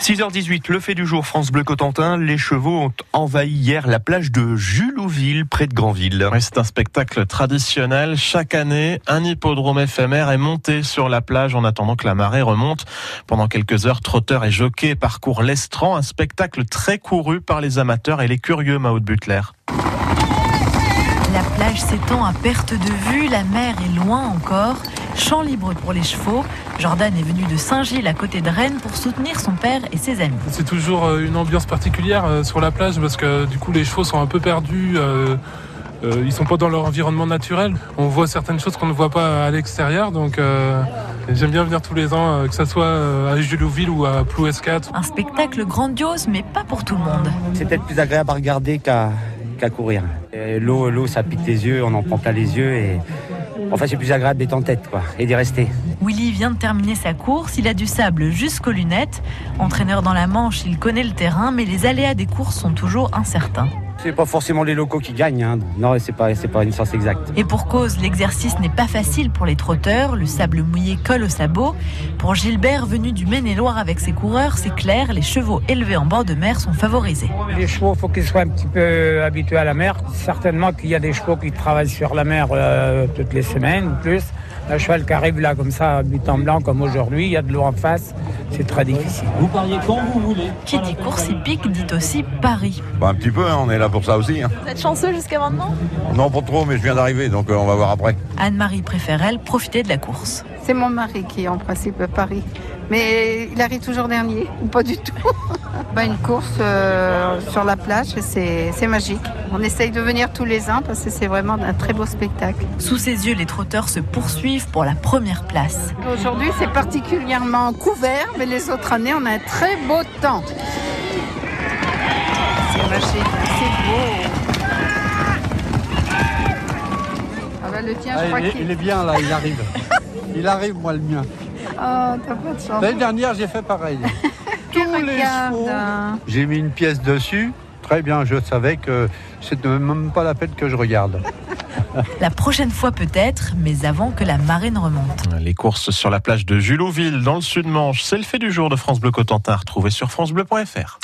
6h18, le fait du jour France Bleu Cotentin. Les chevaux ont envahi hier la plage de Julouville, près de Granville. Oui, c'est un spectacle traditionnel. Chaque année, un hippodrome éphémère est monté sur la plage en attendant que la marée remonte. Pendant quelques heures, trotteurs et jockeys parcourent l'estran, un spectacle très couru par les amateurs et les curieux, Maud Butler. La plage s'étend à perte de vue, la mer est loin encore. Champ libre pour les chevaux. Jordan est venu de Saint-Gilles à côté de Rennes pour soutenir son père et ses amis. C'est toujours euh, une ambiance particulière euh, sur la plage parce que euh, du coup les chevaux sont un peu perdus. euh, euh, ils sont pas dans leur environnement naturel. On voit certaines choses qu'on ne voit pas à l'extérieur. Donc euh, j'aime bien venir tous les ans, euh, que ce soit euh, à Julouville ou à Plouescat. Un spectacle grandiose, mais pas pour tout le monde. C'est peut-être plus agréable à regarder qu'à qu'à courir. Et L'eau, l'eau, ça pique les yeux, on en prend plein les yeux et enfin c'est plus agréable d'être en tête quoi et d'y rester. Willy vient de terminer sa course, il a du sable jusqu'aux lunettes. Entraîneur dans la Manche, il connaît le terrain, mais les aléas des courses sont toujours incertains. C'est pas forcément les locaux qui gagnent, hein. non c'est pas c'est pas une science exacte. Et pour cause, l'exercice n'est pas facile pour les trotteurs, le sable mouillé colle aux sabots. Pour Gilbert, venu du Maine-et-Loire avec ses coureurs, c'est clair, les chevaux élevés en bord de mer sont favorisés. Les chevaux, faut qu'ils soient un petit peu habitués à la mer. Certainement qu'il y a des chevaux qui travaillent sur la mer euh, toutes les semaines ou plus. Un cheval qui arrive là comme ça, but en blanc comme aujourd'hui, il y a de l'eau en face, c'est très difficile. Qui dit course hippique dit aussi Paris. Bah, un petit peu, hein, on est là pour ça aussi. hein. Vous êtes chanceux jusqu'à maintenant Non, pas trop, mais je viens d'arriver, donc euh, on va voir après. Anne-Marie préfère, elle, profiter de la course. C'est mon mari qui est en principe à Paris. Mais il arrive toujours dernier, ou pas du tout. Bah, une course euh, sur la plage, c'est c'est magique. On essaye de venir tous les ans parce que c'est vraiment un très beau spectacle. Sous ses yeux, les trotteurs se poursuivent pour la première place. Aujourd'hui, c'est particulièrement couvert, mais les autres années, on a un très beau temps. C'est magique, c'est beau. Ah bah, le tien, je crois qu'il bien là, il arrive. Il arrive, moi, le mien. Oh, t'as pas de chance. dernière, j'ai fait pareil. Regarde. J'ai mis une pièce dessus. Très bien, je savais que c'était même pas la peine que je regarde. La prochaine fois peut-être, mais avant que la marée ne remonte. Les courses sur la plage de Julouville, dans le Sud-Manche, c'est le fait du jour de France Bleu Cotentin, retrouvé sur FranceBleu.fr.